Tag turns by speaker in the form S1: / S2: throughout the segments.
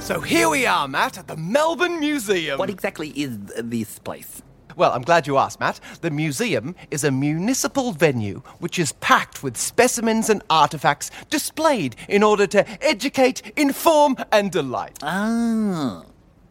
S1: So here we are, Matt, at the Melbourne Museum.
S2: What exactly is th- this place?
S1: Well, I'm glad you asked, Matt. The museum is a municipal venue which is packed with specimens and artifacts displayed in order to educate, inform, and delight.
S2: Ah.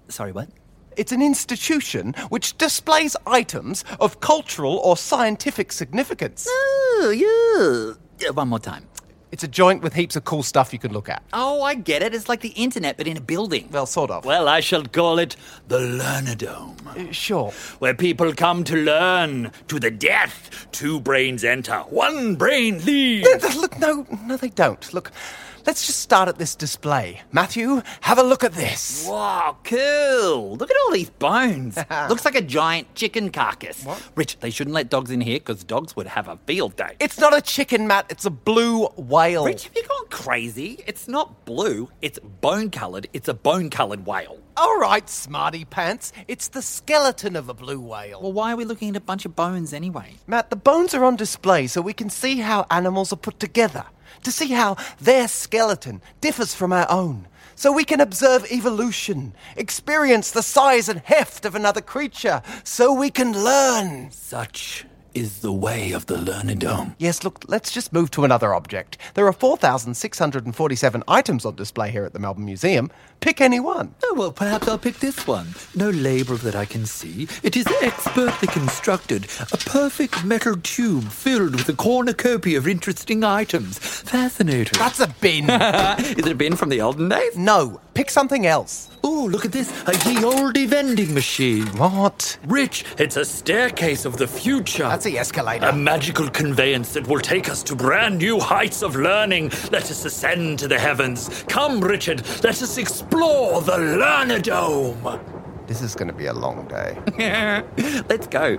S2: Sorry, what?
S1: It's an institution which displays items of cultural or scientific significance.
S2: Oh, yeah. Yeah, One more time.
S1: It's a joint with heaps of cool stuff you can look at.
S2: Oh, I get it. It's like the internet, but in a building.
S1: Well, sort of.
S3: Well, I shall call it the Learnerdome,
S1: sure.
S3: where people come to learn to the death. Two brains enter, one brain leaves.
S1: Look, no, no, they don't. Look, let's just start at this display. Matthew, have a look at this.
S2: Wow, cool. Look at all these bones. Looks like a giant chicken carcass.
S1: What?
S2: Rich, they shouldn't let dogs in here because dogs would have a field day.
S1: It's not a chicken, Matt. It's a blue whale.
S2: Rich, have you gone crazy? It's not blue, it's bone coloured. It's a bone coloured whale.
S1: All right, smarty pants. It's the skeleton of a blue whale.
S2: Well, why are we looking at a bunch of bones anyway?
S1: Matt, the bones are on display so we can see how animals are put together, to see how their skeleton differs from our own, so we can observe evolution, experience the size and heft of another creature, so we can learn.
S2: Such is the way of the Learnerdome.
S1: Yes, look, let's just move to another object. There are 4,647 items on display here at the Melbourne Museum. Pick any one.
S3: Oh, well, perhaps I'll pick this one. No label that I can see. It is expertly constructed, a perfect metal tube filled with a cornucopia of interesting items. Fascinating.
S1: That's a bin.
S2: Is it a bin from the olden days?
S1: no, pick something else.
S3: Ooh, look at this, a ye olde vending machine.
S1: What?
S3: Rich, it's a staircase of the future.
S1: That's the escalator.
S3: A magical conveyance that will take us to brand new heights of learning. Let us ascend to the heavens. Come, Richard, let us explore the Learnerdome.
S1: This is going to be a long day.
S2: Let's go.